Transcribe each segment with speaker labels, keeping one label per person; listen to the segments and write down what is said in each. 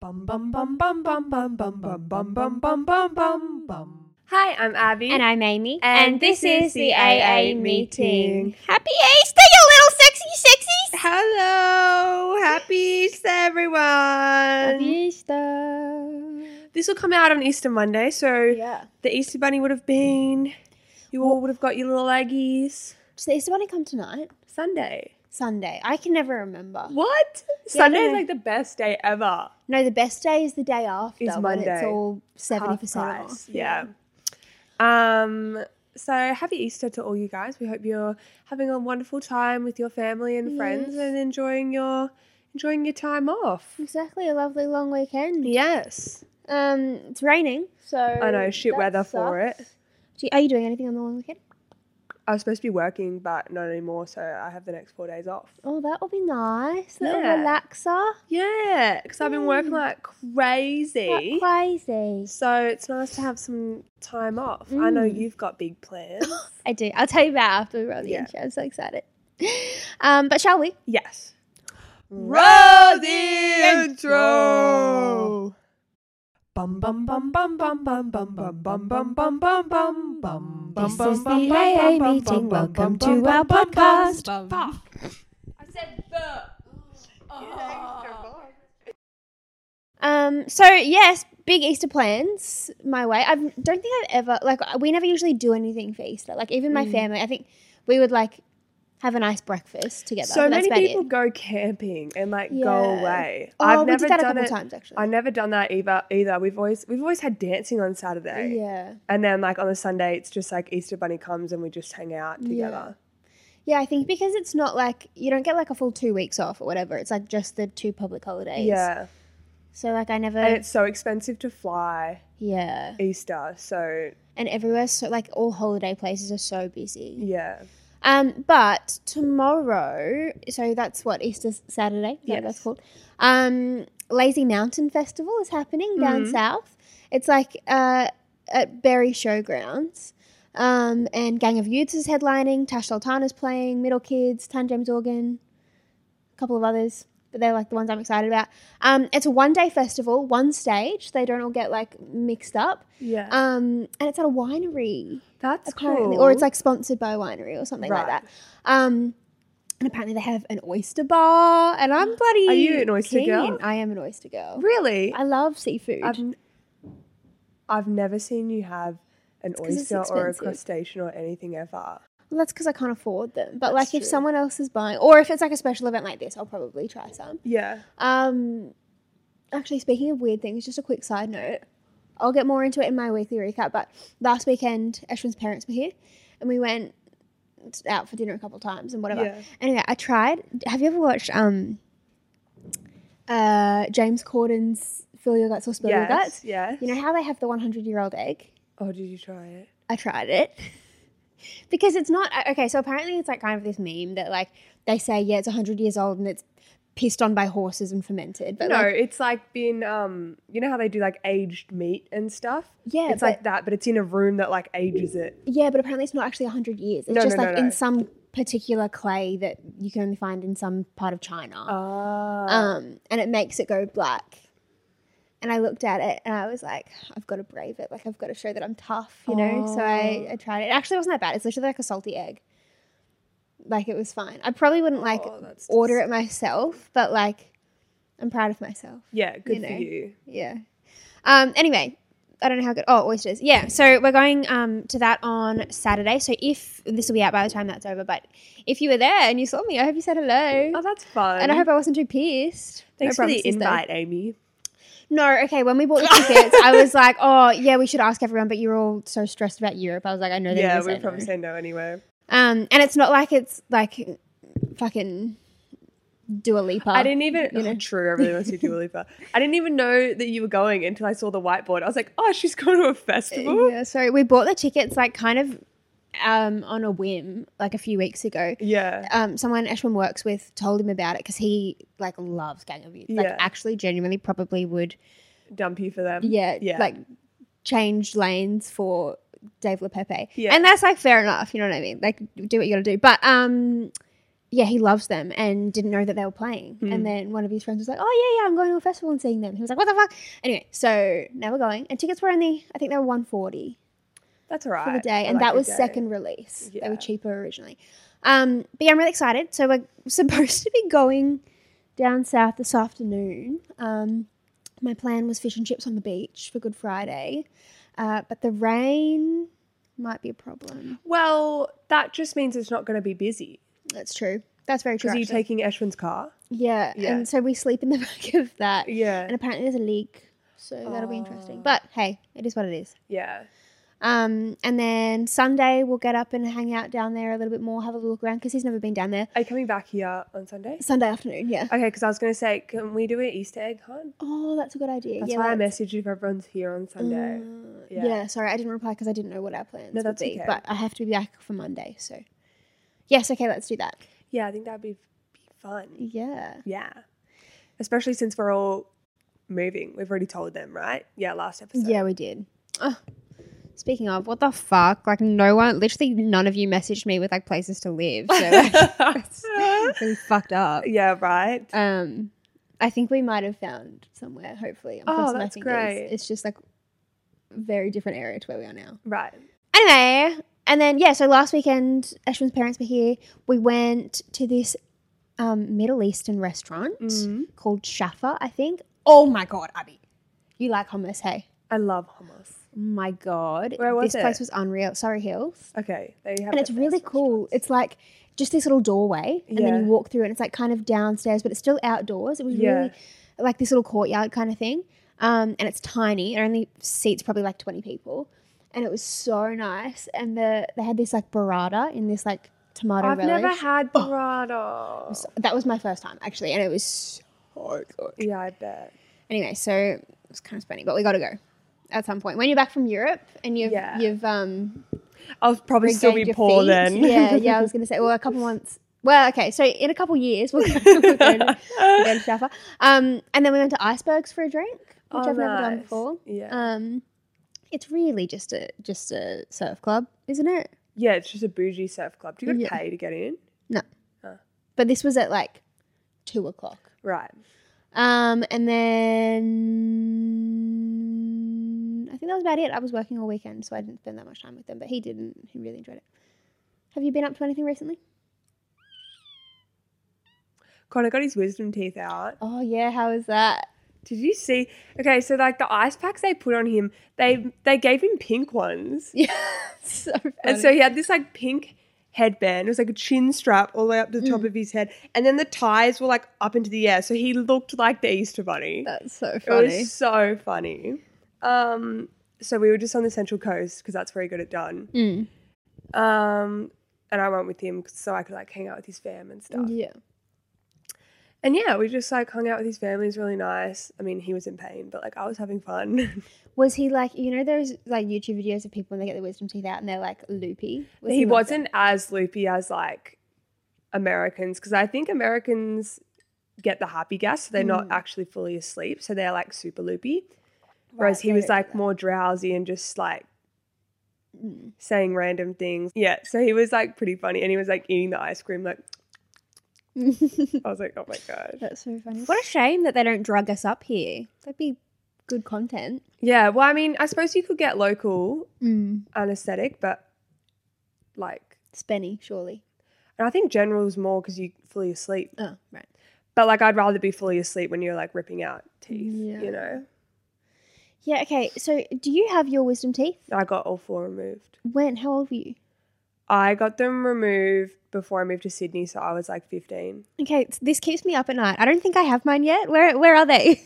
Speaker 1: Bum bum bum bum bum bum bum bum bum bum bum bum bum bum.
Speaker 2: Hi, I'm Abby.
Speaker 3: And I'm Amy.
Speaker 2: And this is the AA meeting.
Speaker 3: Happy Easter, you little sexy sexies!
Speaker 2: Hello! Happy Easter, everyone!
Speaker 3: Easter.
Speaker 2: This will come out on Easter Monday, so
Speaker 3: Yeah.
Speaker 2: the Easter Bunny would have been. You all would have got your little leggies.
Speaker 3: Does the Easter Bunny come tonight?
Speaker 2: Sunday.
Speaker 3: Sunday. I can never remember.
Speaker 2: What?
Speaker 3: Yeah, I don't
Speaker 2: Sunday is
Speaker 3: know.
Speaker 2: like the best day ever.
Speaker 3: No, the best day is the day after.
Speaker 2: Is
Speaker 3: when It's
Speaker 2: Monday.
Speaker 3: all 70%
Speaker 2: Half
Speaker 3: off.
Speaker 2: price, Yeah. Um. So happy Easter to all you guys. We hope you're having a wonderful time with your family and friends and enjoying your enjoying your time off.
Speaker 3: Exactly. A lovely long weekend.
Speaker 2: Yes.
Speaker 3: Um, It's raining, so. I
Speaker 2: know, shit weather for it.
Speaker 3: Are you doing anything on the long weekend?
Speaker 2: I was supposed to be working, but not anymore. So I have the next four days off.
Speaker 3: Oh, that will be nice. Little
Speaker 2: Yeah.
Speaker 3: relaxer.
Speaker 2: Yeah, because I've been working like
Speaker 3: Like
Speaker 2: crazy.
Speaker 3: crazy.
Speaker 2: Mm. So it's nice to have some time off. I know you've got big plans.
Speaker 3: I do. I'll tell you about after we roll the
Speaker 2: Yeah.
Speaker 3: intro. I'm so excited. Um, but shall we?
Speaker 2: yes. Roll the intro.
Speaker 1: Bum bum bum bum bum bum bum bum bum bum bum bum bum bum.
Speaker 4: This is the AA meeting. Welcome to our podcast.
Speaker 3: Um, so yes, big Easter plans my way. I don't think I've ever like we never usually do anything for Easter. Like even
Speaker 2: Mm.
Speaker 3: my family, I think we would like have a nice breakfast together.
Speaker 2: So
Speaker 3: but
Speaker 2: many
Speaker 3: that's about
Speaker 2: people
Speaker 3: it.
Speaker 2: go camping and like go
Speaker 3: Yeah.
Speaker 2: away.
Speaker 3: Oh,
Speaker 2: I've
Speaker 3: we
Speaker 2: never
Speaker 3: did that a
Speaker 2: done
Speaker 3: couple
Speaker 2: it.
Speaker 3: times, actually.
Speaker 2: I've never done that either. Either we've always we've always had dancing on Saturday.
Speaker 3: Yeah,
Speaker 2: And then like on the Sunday, it's just like Easter Bunny comes and we just hang out together.
Speaker 3: yeah. I think because it's not like you don't get like a full two weeks off or whatever. It's like just the two public holidays.
Speaker 2: Yeah.
Speaker 3: So like I never.
Speaker 2: And it's so expensive to fly
Speaker 3: yeah.
Speaker 2: Easter. So
Speaker 3: And everywhere, so like all holiday places are so busy.
Speaker 2: yeah.
Speaker 3: Um, but tomorrow, so that's what Easter Saturday. Yeah,
Speaker 2: Yes.
Speaker 3: that's called. Um, Lazy Mountain Festival is happening down
Speaker 2: Mm-hmm.
Speaker 3: south. It's like uh, at Berry Showgrounds. Um, and Gang of Youths is headlining. Tash Sultana's playing. Middle Kids, Tan James Organ, a couple of others, but they're like the ones I'm excited about. Um, it's a one-day festival, one stage. They don't all get like mixed up.
Speaker 2: Yeah.
Speaker 3: Um, and it's at a winery
Speaker 2: That's
Speaker 3: apparently,
Speaker 2: cool.
Speaker 3: or it's like sponsored by a winery or something like
Speaker 2: Right.
Speaker 3: that. Um, and apparently they have an oyster bar, and I'm bloody.
Speaker 2: Are you an oyster
Speaker 3: keen.
Speaker 2: girl?
Speaker 3: I am an oyster girl.
Speaker 2: really.
Speaker 3: I love seafood.
Speaker 2: I've, n- I've never seen you have an
Speaker 3: 'cause it's
Speaker 2: oyster or a
Speaker 3: expensive.
Speaker 2: crustacean or anything ever.
Speaker 3: well, that's because I can't afford them. But like, if
Speaker 2: true.
Speaker 3: someone else is buying, or if it's like a special event like this, I'll probably try some.
Speaker 2: Yeah.
Speaker 3: Um, actually, speaking of weird things, just a quick side note. I'll get more into it in my weekly recap, but last weekend, Ashwin's parents were here and we went out for dinner a couple times and whatever.
Speaker 2: Yeah.
Speaker 3: Anyway, I tried. Have you ever watched um, uh, James Corden's Fill Your Guts or Spill Your
Speaker 2: Yes.
Speaker 3: Guts?
Speaker 2: Yes.
Speaker 3: You know how they have the 100 year old egg?
Speaker 2: oh, did you try it?
Speaker 3: I tried it because it's not I- okay. So apparently, it's like kind of this meme that like they say, yeah, it's hundred years old and it's pissed on by horses and fermented. But
Speaker 2: no,
Speaker 3: like,
Speaker 2: it's like been um you know how they do like aged meat and stuff?
Speaker 3: Yeah,
Speaker 2: It's like that, but it's in a room that like ages it.
Speaker 3: yeah, but apparently, it's not actually hundred years. It's
Speaker 2: No,
Speaker 3: just
Speaker 2: no, no,
Speaker 3: like
Speaker 2: no.
Speaker 3: in some particular clay that you can only find in some part of China,
Speaker 2: Ah.
Speaker 3: um, and it makes it go black. And I looked at it and I was like, I've got to brave it. Like I've got to show that I'm tough, you know. So I,
Speaker 2: Oh.
Speaker 3: I tried it. It actually wasn't that bad. It's literally like a salty egg. Like it was fine. I probably wouldn't like
Speaker 2: Oh, that's
Speaker 3: order it myself, but like I'm proud of myself.
Speaker 2: Yeah, good
Speaker 3: you
Speaker 2: for
Speaker 3: know.
Speaker 2: you.
Speaker 3: Yeah. Um, anyway, I don't know how good. Oh, oysters. Yeah. So we're going um, to that on Saturday. So if this will be out by the time that's over, but if you were there and you saw me, I hope you said hello.
Speaker 2: Oh, that's fun.
Speaker 3: and I hope I wasn't too pissed. No
Speaker 2: Thanks for the
Speaker 3: promises, though.
Speaker 2: invite, Amy.
Speaker 3: No, okay. When we bought the tickets, I was like, "Oh, yeah, we should ask everyone." But you're all so stressed about Europe. I was like, "I know." they're
Speaker 2: Yeah,
Speaker 3: gonna
Speaker 2: we'll
Speaker 3: say
Speaker 2: probably
Speaker 3: no.
Speaker 2: say no anyway.
Speaker 3: Um, and it's not like it's like fucking Dua Lipa.
Speaker 2: I didn't even.
Speaker 3: you know.
Speaker 2: oh, true, I really want to see Dua Lipa. I didn't even know that you were going until I saw the whiteboard. I was like, oh, she's going to a festival.
Speaker 3: Yeah, so we bought the tickets like kind of um, on a whim, like a few weeks ago.
Speaker 2: Yeah.
Speaker 3: Um, someone Ashwin works with told him about it because he like loves Gang of Youth. Like
Speaker 2: Yeah.
Speaker 3: actually, genuinely, probably would
Speaker 2: Dump you for them.
Speaker 3: yeah,
Speaker 2: Yeah.
Speaker 3: like change lanes for Dave LaPepe.
Speaker 2: Yeah.
Speaker 3: And that's like fair enough, you know what I mean? Like do what you gotta do. But um yeah, he loves them and didn't know that they were playing.
Speaker 2: Hmm.
Speaker 3: And then one of his friends was like, Oh yeah, yeah, I'm going to a festival and seeing them. He was like, What the fuck? Anyway, so now we're going. And tickets were only I think they were one forty
Speaker 2: That's all right.
Speaker 3: for the day.
Speaker 2: I
Speaker 3: And
Speaker 2: like
Speaker 3: that
Speaker 2: a
Speaker 3: was
Speaker 2: day.
Speaker 3: second release. They
Speaker 2: Yeah.
Speaker 3: were cheaper originally. Um but yeah, I'm really excited. So we're supposed to be going down south this afternoon. Um my plan was fish and chips on the beach for Good Friday, uh, but the rain might be a problem.
Speaker 2: Well, that just means it's not going to be busy
Speaker 3: That's true. That's very true.
Speaker 2: because you're
Speaker 3: actually.
Speaker 2: taking Ashwin's car.
Speaker 3: yeah,
Speaker 2: Yeah.
Speaker 3: and so we sleep in the back of that.
Speaker 2: Yeah.
Speaker 3: and apparently there's a leak, so that'll be interesting. But hey, it is what it is.
Speaker 2: Yeah.
Speaker 3: Um, and then Sunday we'll get up and hang out down there a little bit more, have a look around because he's never been down there.
Speaker 2: Are you coming back here on Sunday?
Speaker 3: Sunday afternoon, yeah.
Speaker 2: Okay, because I was going to say, can we do an Easter egg hunt?
Speaker 3: Oh, that's a good idea.
Speaker 2: That's
Speaker 3: yeah,
Speaker 2: why I
Speaker 3: let's- Uh,
Speaker 2: messaged if everyone's here on Sunday.
Speaker 3: Yeah. sorry, I didn't reply because I didn't know what our plans
Speaker 2: No, that's
Speaker 3: would be.
Speaker 2: okay.
Speaker 3: But I have to be back for Monday, so yes, okay, let's do that.
Speaker 2: Yeah, I think that'd be, be fun.
Speaker 3: Yeah,
Speaker 2: Yeah. Especially since we're all moving. We've already told them, right? Yeah, last episode.
Speaker 3: yeah, we did. Ugh. Speaking of, what the fuck? Like, no one, literally, none of you messaged me with like places to live. So it's really fucked up.
Speaker 2: Yeah, right.
Speaker 3: Um, I think we might have found somewhere. Hopefully, I'm
Speaker 2: Oh,
Speaker 3: crossing my
Speaker 2: that's
Speaker 3: fingers.
Speaker 2: great.
Speaker 3: It's just like very different area to where we are now.
Speaker 2: Right.
Speaker 3: Anyway, and then yeah, so last weekend Ashwin's parents were here. We went to this um, Middle Eastern restaurant
Speaker 2: Mm-hmm.
Speaker 3: called Shafa, I think. Oh my god, Abby, you like hummus, hey?
Speaker 2: I love hummus.
Speaker 3: My god,
Speaker 2: Where was
Speaker 3: this place
Speaker 2: it?
Speaker 3: was unreal. Surrey Hills,
Speaker 2: Okay, there you have
Speaker 3: and
Speaker 2: it.
Speaker 3: it's really cool. It's like just this little doorway, and then
Speaker 2: Yeah.
Speaker 3: you walk through, and it's like kind of downstairs, but it's still outdoors. It was
Speaker 2: Yeah.
Speaker 3: really like this little courtyard kind of thing, um, and it's tiny. It only seats probably like twenty people, and it was so nice. And the they had this like burrata in this like tomato
Speaker 2: I've
Speaker 3: relish. Oh.
Speaker 2: never had burrata.
Speaker 3: So- that was my first time actually, and it was so good.
Speaker 2: Yeah, I bet.
Speaker 3: Anyway, so it's kind of spending, but we got to go at some point when you're back from Europe and you've
Speaker 2: Yeah.
Speaker 3: you've um
Speaker 2: I'll probably still
Speaker 3: regained
Speaker 2: be
Speaker 3: your
Speaker 2: poor
Speaker 3: feet.
Speaker 2: then.
Speaker 3: Yeah, yeah. I was gonna say, well, a couple months. Well, okay. So in a couple years, we'll go, we'll go to, we'll go to Jaffa. Um, and then we went to Icebergs for a drink, which
Speaker 2: Oh,
Speaker 3: I've never done
Speaker 2: nice.
Speaker 3: before.
Speaker 2: Yeah.
Speaker 3: Um, it's really just a just a surf club, isn't it?
Speaker 2: yeah, it's just a bougie surf club. Do you got to
Speaker 3: Yeah.
Speaker 2: pay to get in?
Speaker 3: No. But this was at like two o'clock.
Speaker 2: Right.
Speaker 3: Um, and then I think that was about it. I was working all weekend, so I didn't spend that much time with them. But he didn't. He really enjoyed it. Have you been up to anything recently?
Speaker 2: Connor got his wisdom teeth out.
Speaker 3: Oh yeah, how was that?
Speaker 2: Did you see? Okay, so like the ice packs they put on him, they they gave him pink ones,
Speaker 3: Yeah, so funny.
Speaker 2: and so he had this like pink headband. It was like a chin strap all the way up to the
Speaker 3: Mm.
Speaker 2: top of his head, and then the ties were like up into the air, so he looked like the Easter Bunny.
Speaker 3: that's so
Speaker 2: It
Speaker 3: funny.
Speaker 2: was so funny. Um, so we were just on the Central Coast because that's where he got it done. Um, and I went with him 'cause- so I could like hang out with his fam and stuff.
Speaker 3: yeah,
Speaker 2: And yeah, we just like hung out with his family. It was really nice. I mean, he was in pain, but like I was having fun.
Speaker 3: was he like you know those like YouTube videos of people when they get their wisdom teeth out and they're like loopy? Was
Speaker 2: he,
Speaker 3: like
Speaker 2: wasn't as loopy as like Americans because I think Americans get the happy gas, so they're
Speaker 3: Mm.
Speaker 2: not actually fully asleep, so they're like super loopy. Whereas
Speaker 3: Right, Mm.
Speaker 2: he
Speaker 3: they
Speaker 2: was
Speaker 3: don't do
Speaker 2: like
Speaker 3: that.
Speaker 2: more drowsy and just like saying random things. Yeah, so he was like pretty funny, and he was like eating the ice cream. Like I was like, oh my
Speaker 3: that?
Speaker 2: god.
Speaker 3: That's so funny. What a shame that they don't drug us up here. That'd be good content.
Speaker 2: Yeah, well, I mean, I suppose you could get local
Speaker 3: Mm.
Speaker 2: anesthetic, but like,
Speaker 3: Spenny, surely.
Speaker 2: and I think general's more because you fully asleep.
Speaker 3: Oh, right.
Speaker 2: But like, I'd rather be fully asleep when you're like ripping out teeth.
Speaker 3: Yeah.
Speaker 2: You know,
Speaker 3: Yeah, okay. So, do you have your wisdom teeth?
Speaker 2: I got all four removed.
Speaker 3: When? How old were you?
Speaker 2: I got them removed before I moved to Sydney, so I was like 15.
Speaker 3: Okay, so this keeps me up at night. I don't think I have mine yet. Where Where are they?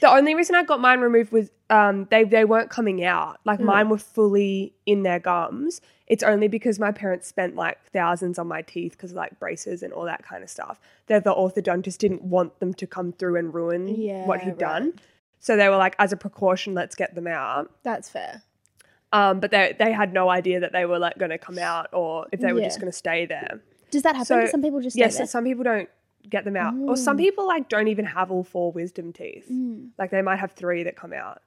Speaker 2: The only reason I got mine removed was um, they they weren't coming out.
Speaker 3: Hmm.
Speaker 2: Like mine were fully in their gums. It's only because my parents spent like thousands on my teeth because like braces and all that kind of stuff. That the orthodontist didn't want them to come through and ruin what
Speaker 3: Yeah,
Speaker 2: he'd
Speaker 3: right.
Speaker 2: done. So they were like, as a precaution, let's get them out.
Speaker 3: That's fair.
Speaker 2: Um, but they they had no idea that they were like going to come out or if they were
Speaker 3: Yeah.
Speaker 2: just going to stay there.
Speaker 3: Does that happen?
Speaker 2: So,
Speaker 3: Some people just
Speaker 2: yes,
Speaker 3: stay there? Mm.
Speaker 2: some people don't get them out, or some people like don't even have all four wisdom teeth. Like they might have three that come out.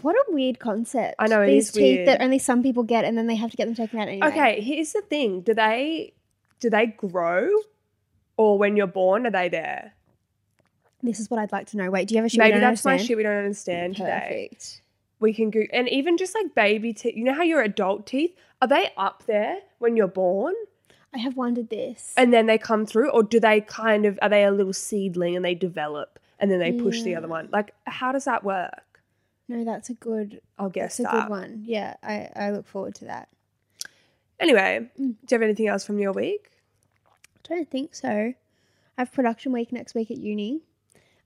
Speaker 3: What a weird concept.
Speaker 2: I know, it
Speaker 3: these
Speaker 2: is
Speaker 3: teeth
Speaker 2: weird.
Speaker 3: that only some people get, and then they have to get them taken out anyway.
Speaker 2: Okay, here's the thing: do they do they grow, or when you're born are they there?
Speaker 3: This is what I'd like to know. Wait, do you have a shit? we
Speaker 2: Maybe
Speaker 3: don't
Speaker 2: that's my
Speaker 3: understand?
Speaker 2: shit we don't understand today.
Speaker 3: Perfect.
Speaker 2: We can go and even just like baby teeth. You know how your adult teeth are they up there when you're born,
Speaker 3: I have wondered this.
Speaker 2: and then they come through, or do they kind of are they a little seedling and they develop and then they push the other one? Like how does that work?
Speaker 3: no, that's a good.
Speaker 2: I'll guess
Speaker 3: That's a
Speaker 2: that.
Speaker 3: good one. Yeah, I, I look forward to that.
Speaker 2: Anyway,
Speaker 3: Mm.
Speaker 2: do you have anything else from your week?
Speaker 3: I don't think so. I have production week next week at uni,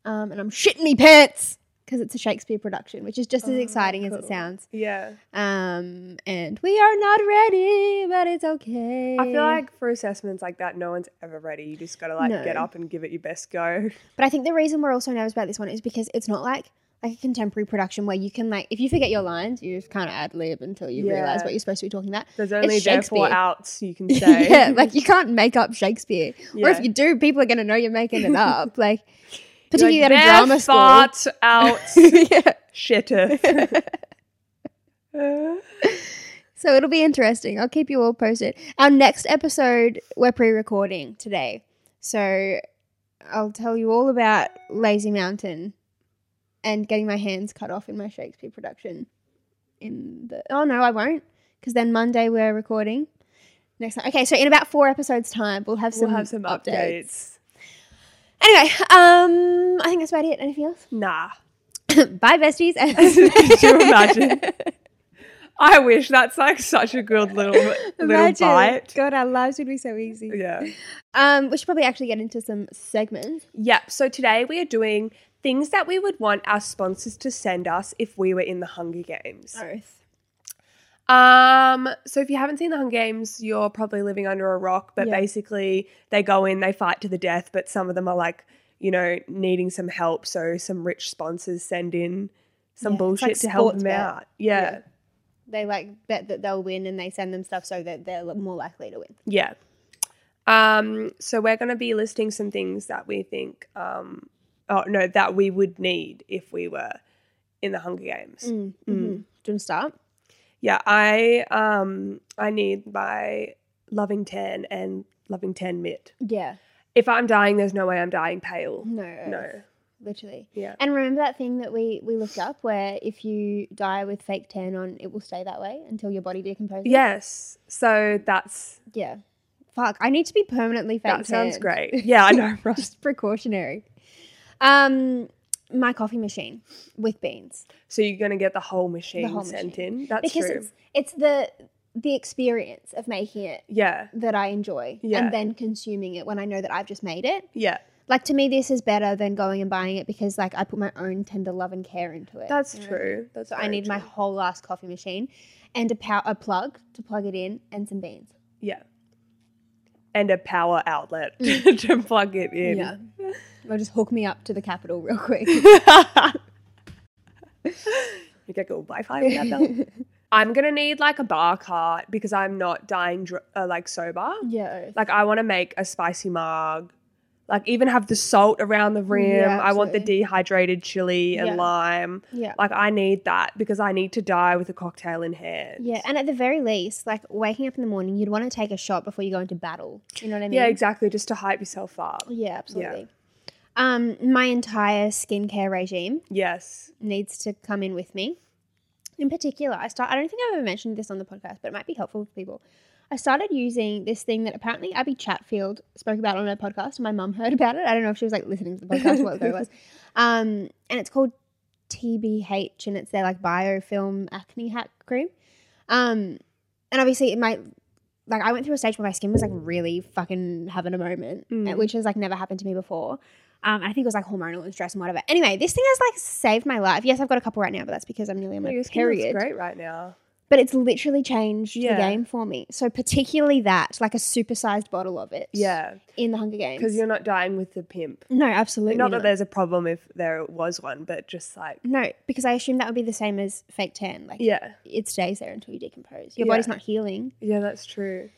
Speaker 3: um, and I'm shitting me pants because it's a Shakespeare production, which is
Speaker 2: Oh,
Speaker 3: just as exciting as it sounds.
Speaker 2: Yeah.
Speaker 3: Um, and we are not ready, but it's okay.
Speaker 2: I feel like for assessments like that, no one's ever ready. You just gotta like get
Speaker 3: No.
Speaker 2: up and give it your best go.
Speaker 3: But I think the reason we're also nervous about this one is because it's not like like a contemporary production where you can like if you forget your lines, you just kind of ad lib until you realize
Speaker 2: Yeah.
Speaker 3: what you're supposed to be talking about.
Speaker 2: There's only therefore
Speaker 3: Shakespeare.
Speaker 2: outs you can say.
Speaker 3: yeah, like you can't make up Shakespeare, or
Speaker 2: Yeah.
Speaker 3: if you do, people are going to know you're making it up. Like
Speaker 2: You're
Speaker 3: particularly
Speaker 2: like,
Speaker 3: at a drama
Speaker 2: Therefore
Speaker 3: school.
Speaker 2: outs
Speaker 3: yeah.
Speaker 2: shitter.
Speaker 3: So it'll be interesting. I'll keep you all posted. Our next episode we're pre-recording today, so I'll tell you all about Lazy Mountain and getting my hands cut off in my Shakespeare production. In the oh no, I won't because then Monday we're recording. Next time, okay. So in about four episodes' time, we'll have some,
Speaker 2: we'll have some
Speaker 3: updates.
Speaker 2: updates.
Speaker 3: Anyway, um, I think that's about it. Anything else?
Speaker 2: Nah.
Speaker 3: Bye, besties.
Speaker 2: Could you imagine? I wish that's like such a good little little
Speaker 3: Imagine.
Speaker 2: bite.
Speaker 3: God, our lives would be so easy.
Speaker 2: Yeah.
Speaker 3: Um, we should probably actually get into some segments.
Speaker 2: Yep. So today we are doing things that we would want our sponsors to send us if we were in the Hunger Games.
Speaker 3: Oath.
Speaker 2: Um, so if you haven't seen the Hunger Games, you're probably living under a rock. But
Speaker 3: Yeah.
Speaker 2: basically, they go in, they fight to the death, but some of them are like, you know, needing some help. So some rich sponsors send in some
Speaker 3: Yeah, it's
Speaker 2: bullshit
Speaker 3: like
Speaker 2: to help
Speaker 3: sports
Speaker 2: them
Speaker 3: bet.
Speaker 2: out. Yeah.
Speaker 3: They like bet that they'll win and they send them stuff so that they're more likely to win.
Speaker 2: Yeah. Um, so we're gonna be listing some things that we think um oh no, that we would need if we were in the Hunger Games.
Speaker 3: Mm-hmm. Do you want to start?
Speaker 2: Yeah, I um I need my loving tan and loving tan mitt.
Speaker 3: Yeah.
Speaker 2: If I'm dying, there's no way I'm dying pale.
Speaker 3: No.
Speaker 2: No.
Speaker 3: Literally.
Speaker 2: Yeah.
Speaker 3: Mm. And remember that thing that we we looked up where if you die with fake tan on, it will stay that way until your body decomposes.
Speaker 2: Yes. So that's
Speaker 3: Yeah. Fuck. I need to be permanently fake.
Speaker 2: that sounds
Speaker 3: tanned.
Speaker 2: great. Yeah, I know. Ross.
Speaker 3: Just precautionary. Um, my coffee machine with beans.
Speaker 2: so you're gonna get the whole machine
Speaker 3: whole
Speaker 2: sent
Speaker 3: machine.
Speaker 2: in. That's
Speaker 3: because
Speaker 2: true.
Speaker 3: it's it's the the experience of making it
Speaker 2: yeah.
Speaker 3: that I enjoy
Speaker 2: Yeah.
Speaker 3: and then consuming it when I know that I've just made it.
Speaker 2: Yeah.
Speaker 3: Like to me this is better than going and buying it because like I put my own tender love and care into it.
Speaker 2: That's
Speaker 3: you know?
Speaker 2: true. That's
Speaker 3: So I
Speaker 2: very
Speaker 3: need my
Speaker 2: true.
Speaker 3: whole last coffee machine and a pow- a plug to plug it in and some beans.
Speaker 2: Yeah. And a power outlet to plug it in.
Speaker 3: Or just hook me up to the capital real quick.
Speaker 2: You get good Wi-Fi with that though. I'm gonna need like a bar cart because I'm not dying dr- uh, like sober.
Speaker 3: yeah.
Speaker 2: Like I want to make a spicy marg. Like even have the salt around the rim.
Speaker 3: Yeah,
Speaker 2: I want the
Speaker 3: absolutely.
Speaker 2: dehydrated chili and
Speaker 3: Yeah.
Speaker 2: lime.
Speaker 3: Yeah.
Speaker 2: Like I need that because I need to die with a cocktail in hand.
Speaker 3: Yeah, and at the very least, like waking up in the morning, you'd want to take a shot before you go into battle. You know what I mean?
Speaker 2: Yeah, exactly. Just to hype yourself up.
Speaker 3: Yeah, absolutely. Um, my entire skincare regime
Speaker 2: Yes.
Speaker 3: needs to come in with me. In particular, I start. I don't think I've ever mentioned this on the podcast, but it might be helpful for people. I started using this thing that apparently Abby Chatfield spoke about on her podcast. and My mum heard about it. I don't know if she was like listening to the podcast, what it was. Um, and it's called TBH, and it's their like biofilm acne hack cream. Um, and obviously, it might like I went through a stage where my skin was like really fucking having a moment,
Speaker 2: Mm.
Speaker 3: uh, which has like never happened to me before. Um, I think it was like hormonal stress and whatever. Anyway, this thing has like saved my life. Yes, I've got a couple right now, but that's because I'm nearly on my
Speaker 2: Your skin looks
Speaker 3: period.
Speaker 2: great right now.
Speaker 3: But it's literally changed
Speaker 2: Yeah.
Speaker 3: the game for me. So particularly that, like a supersized bottle of it.
Speaker 2: Yeah,
Speaker 3: In the Hunger Games.
Speaker 2: because you're not dying with the pimp.
Speaker 3: no, absolutely.
Speaker 2: Not that
Speaker 3: not.
Speaker 2: there's a problem if there was one, but just like
Speaker 3: No, because I assume that would be the same as fake tan. Like
Speaker 2: yeah,
Speaker 3: it stays there until you decompose. Your
Speaker 2: Yeah.
Speaker 3: body's not healing.
Speaker 2: yeah, that's true.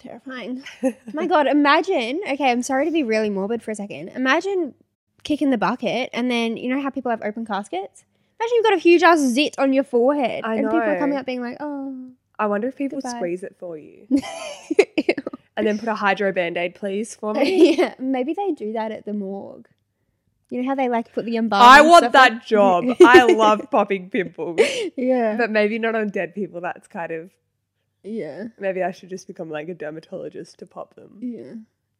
Speaker 3: Terrifying. Oh My God, imagine. Okay, I'm sorry to be really morbid for a second. Imagine kicking the bucket and then you know how people have open caskets? Imagine you've got a huge ass zit on your forehead.
Speaker 2: I
Speaker 3: and people are
Speaker 2: know.
Speaker 3: coming up being like, oh.
Speaker 2: I wonder if people
Speaker 3: Goodbye.
Speaker 2: squeeze it for you and then put a hydro band aid, please, for me.
Speaker 3: yeah, maybe they do that at the morgue. You know how they like put the embalming
Speaker 2: I want
Speaker 3: stuff on-
Speaker 2: that job. I love popping pimples,
Speaker 3: yeah.
Speaker 2: but maybe not on dead people. That's kind of
Speaker 3: yeah.
Speaker 2: maybe I should just become like a dermatologist to pop them.
Speaker 3: Yeah.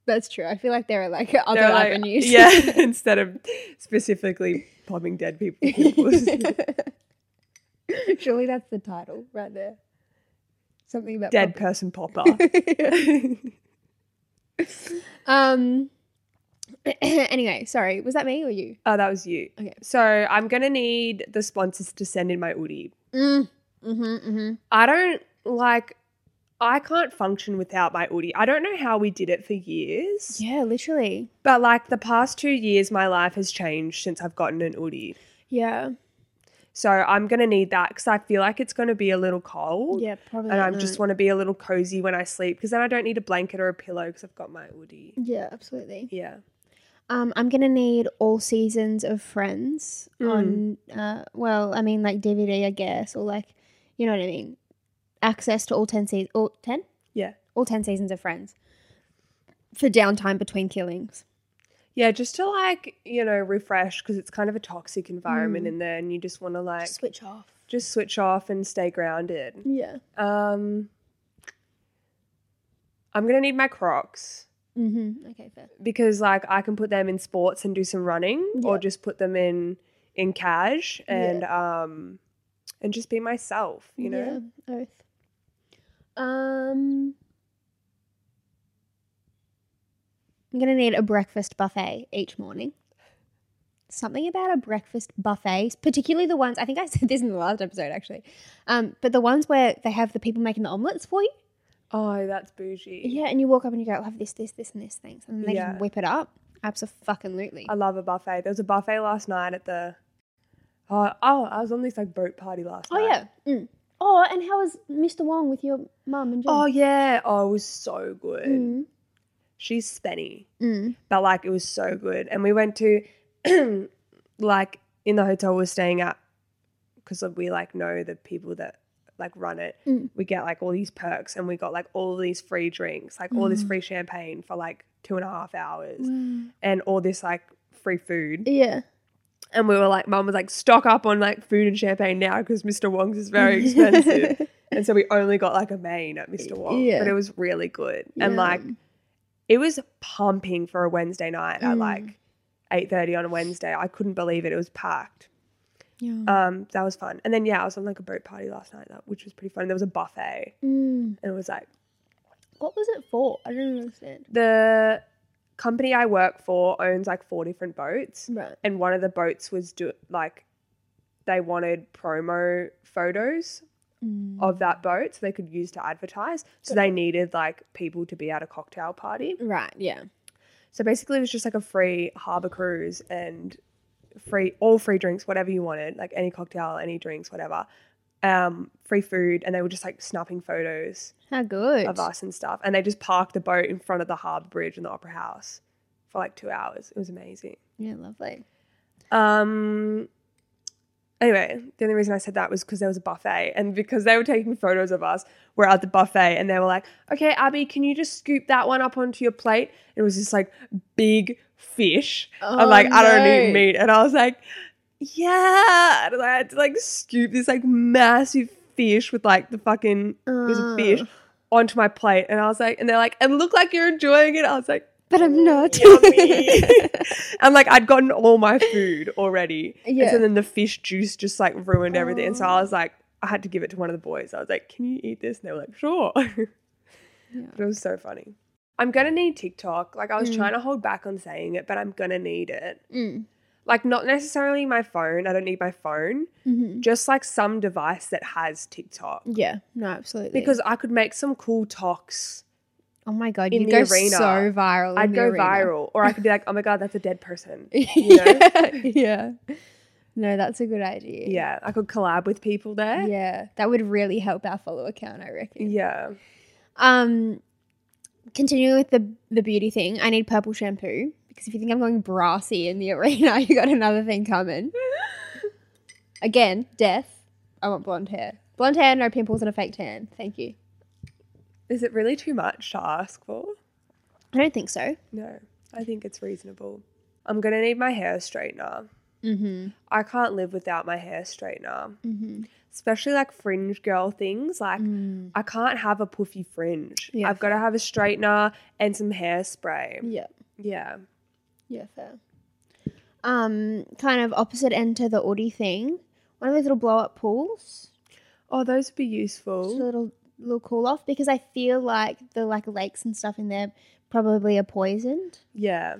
Speaker 3: That's true. I feel like there are like other
Speaker 2: They're like-
Speaker 3: avenues.
Speaker 2: yeah, instead of specifically popping dead people pimples.
Speaker 3: Surely that's the title right there. Something about
Speaker 2: dead person popper.
Speaker 3: Um. anyway, sorry. Was that me or you?
Speaker 2: oh, that was you.
Speaker 3: Okay.
Speaker 2: So I'm gonna need the sponsors to send in my Udi.
Speaker 3: Mm. Mm-hmm. Mm-hmm.
Speaker 2: I don't like. I can't function without my Udi. I don't know how we did it for years,
Speaker 3: Yeah, literally.
Speaker 2: but like the past two years, my life has changed since I've gotten an Udi.
Speaker 3: Yeah.
Speaker 2: So I'm gonna need that because I feel like it's gonna be a little cold.
Speaker 3: Yeah, probably.
Speaker 2: And
Speaker 3: that
Speaker 2: I just
Speaker 3: night.
Speaker 2: want to be a little cozy when I sleep because then I don't need a blanket or a pillow because I've got my Udi.
Speaker 3: Yeah, absolutely.
Speaker 2: Yeah.
Speaker 3: Um, I'm gonna need all seasons of Friends on. Uh, well, I mean, like DVD, I guess, or like, you know what I mean. Access to all ten seasons. All ten.
Speaker 2: Yeah.
Speaker 3: All ten seasons of Friends. For downtime between killings.
Speaker 2: Yeah, just to like, you know, refresh because it's kind of a toxic environment in there and you just want to like Mm. just,
Speaker 3: Switch off.
Speaker 2: switch off and stay grounded.
Speaker 3: Yeah.
Speaker 2: Um I'm going to need my Crocs
Speaker 3: Mm-hmm. Okay. Fair.
Speaker 2: because like I can put them in sports and do some running or just put them in in cash and um and just be myself, you know.
Speaker 3: Yeah, oath. Um, I'm gonna need a breakfast buffet each morning. Something about a breakfast buffet, particularly the ones I think I said this in the last episode actually, um, but the ones where they have the people making the omelets for you.
Speaker 2: Oh, that's bougie.
Speaker 3: Yeah, and you walk up and you go, "I'll have this, this, this, and this things," and they
Speaker 2: Yeah.
Speaker 3: just whip it up. Absolutely.
Speaker 2: I love a buffet. There was a buffet last night at the Oh, oh I was on this like boat party last
Speaker 3: Oh
Speaker 2: night.
Speaker 3: yeah. Mm. Oh, and how was Mr. Wong with your mum and Jen?
Speaker 2: Oh yeah. Oh, it was so good.
Speaker 3: Mm.
Speaker 2: She's spenny.
Speaker 3: Mm.
Speaker 2: But like it was so good. And we went to like in the hotel we're staying at because we like know the people that like run it.
Speaker 3: Mm.
Speaker 2: We get like all these perks and we got like all these free drinks, like all this
Speaker 3: Mm.
Speaker 2: free champagne for like two and a half hours and all this like free food.
Speaker 3: Oh, Yeah.
Speaker 2: And we were like, Mum was like, stock up on like food and champagne now because Mr. Wong's is very expensive. and so we only got like a main at Mr. Wong.
Speaker 3: Yeah.
Speaker 2: But it was really good. And
Speaker 3: Yeah.
Speaker 2: like it was pumping for a Wednesday night at
Speaker 3: Mm.
Speaker 2: like eight thirty on a Wednesday. I couldn't believe it. It was packed.
Speaker 3: Yeah.
Speaker 2: Um, that was fun. And then yeah, I was on like a boat party last night, that- which was pretty fun. There was a buffet
Speaker 3: Mm.
Speaker 2: and it was like
Speaker 3: What was it for? I don't understand.
Speaker 2: the company I work for owns like four different boats.
Speaker 3: Right.
Speaker 2: and one of the boats was do like they wanted promo photos of that boat so they could use to advertise so they needed like people to be at a cocktail party
Speaker 3: Right. Yeah.
Speaker 2: so basically it was just like a free harbor cruise and free all free drinks whatever you wanted like any cocktail any drinks whatever um free food and they were just like snapping photos
Speaker 3: How good.
Speaker 2: of us and stuff and they just parked the boat in front of the harbor bridge and the opera house for like two hours it was amazing
Speaker 3: Yeah, lovely.
Speaker 2: um. Anyway, the only reason I said that was because there was a buffet, and because they were taking photos of us, we're at the buffet, and they were like, "Okay, Abby, can you just scoop that one up onto your plate?" And it was this like big fish.
Speaker 3: Oh,
Speaker 2: I'm like, I don't
Speaker 3: no.
Speaker 2: need meat, and I was like, "Yeah," and I had to like scoop this like massive fish with like the fucking it was a fish onto my plate, and I was like, and they're like, "And look like you're enjoying it." I was like,
Speaker 3: But I'm not.
Speaker 2: and like I'd gotten all my food already. And
Speaker 3: Yeah. Oh.
Speaker 2: so then the fish juice just like ruined everything. And so I was like, I had to give it to one of the boys. I was like, Can you eat this? And they were like, Sure. But it was so funny. I'm gonna need TikTok. Like I was trying to hold back on saying it, but I'm gonna need it.
Speaker 3: Mm.
Speaker 2: Like not necessarily my phone. I don't need my phone.
Speaker 3: Mhm.
Speaker 2: Just like some device that has TikTok.
Speaker 3: Yeah, no, absolutely.
Speaker 2: Because I could make some cool talks.
Speaker 3: oh my god,
Speaker 2: in
Speaker 3: you
Speaker 2: the
Speaker 3: go
Speaker 2: arena,
Speaker 3: so viral. in
Speaker 2: I'd
Speaker 3: the
Speaker 2: go
Speaker 3: arena.
Speaker 2: viral. Or I could be like, oh my God, that's a dead person. You know?
Speaker 3: yeah, yeah. No, that's a good idea.
Speaker 2: Yeah. I could collab with people there.
Speaker 3: Yeah, that would really help our follower count, I reckon.
Speaker 2: Yeah.
Speaker 3: Um, continuing with the the beauty thing, I need purple shampoo because if you think I'm going brassy in the arena, you got another thing coming. Again, death. I want blonde hair. Blonde hair, no pimples, and a fake tan. Thank you.
Speaker 2: Is it really too much to ask for?
Speaker 3: I don't think so.
Speaker 2: No. I think it's reasonable. I'm gonna need my hair straightener.
Speaker 3: Mm-hmm.
Speaker 2: I can't live without my hair straightener.
Speaker 3: Mm-hmm. Mm.
Speaker 2: Especially like fringe girl things. Like I can't have a puffy fringe.
Speaker 3: Yeah,
Speaker 2: I've got to have a straightener and some hairspray.
Speaker 3: Yeah.
Speaker 2: Yeah.
Speaker 3: Yeah, fair. Um, kind of opposite end to the Audi thing. One of those little blow up pools.
Speaker 2: Oh, those would be
Speaker 3: Just a
Speaker 2: useful.
Speaker 3: little little cool off because I feel like the like lakes and stuff in there probably are poisoned.
Speaker 2: Yeah.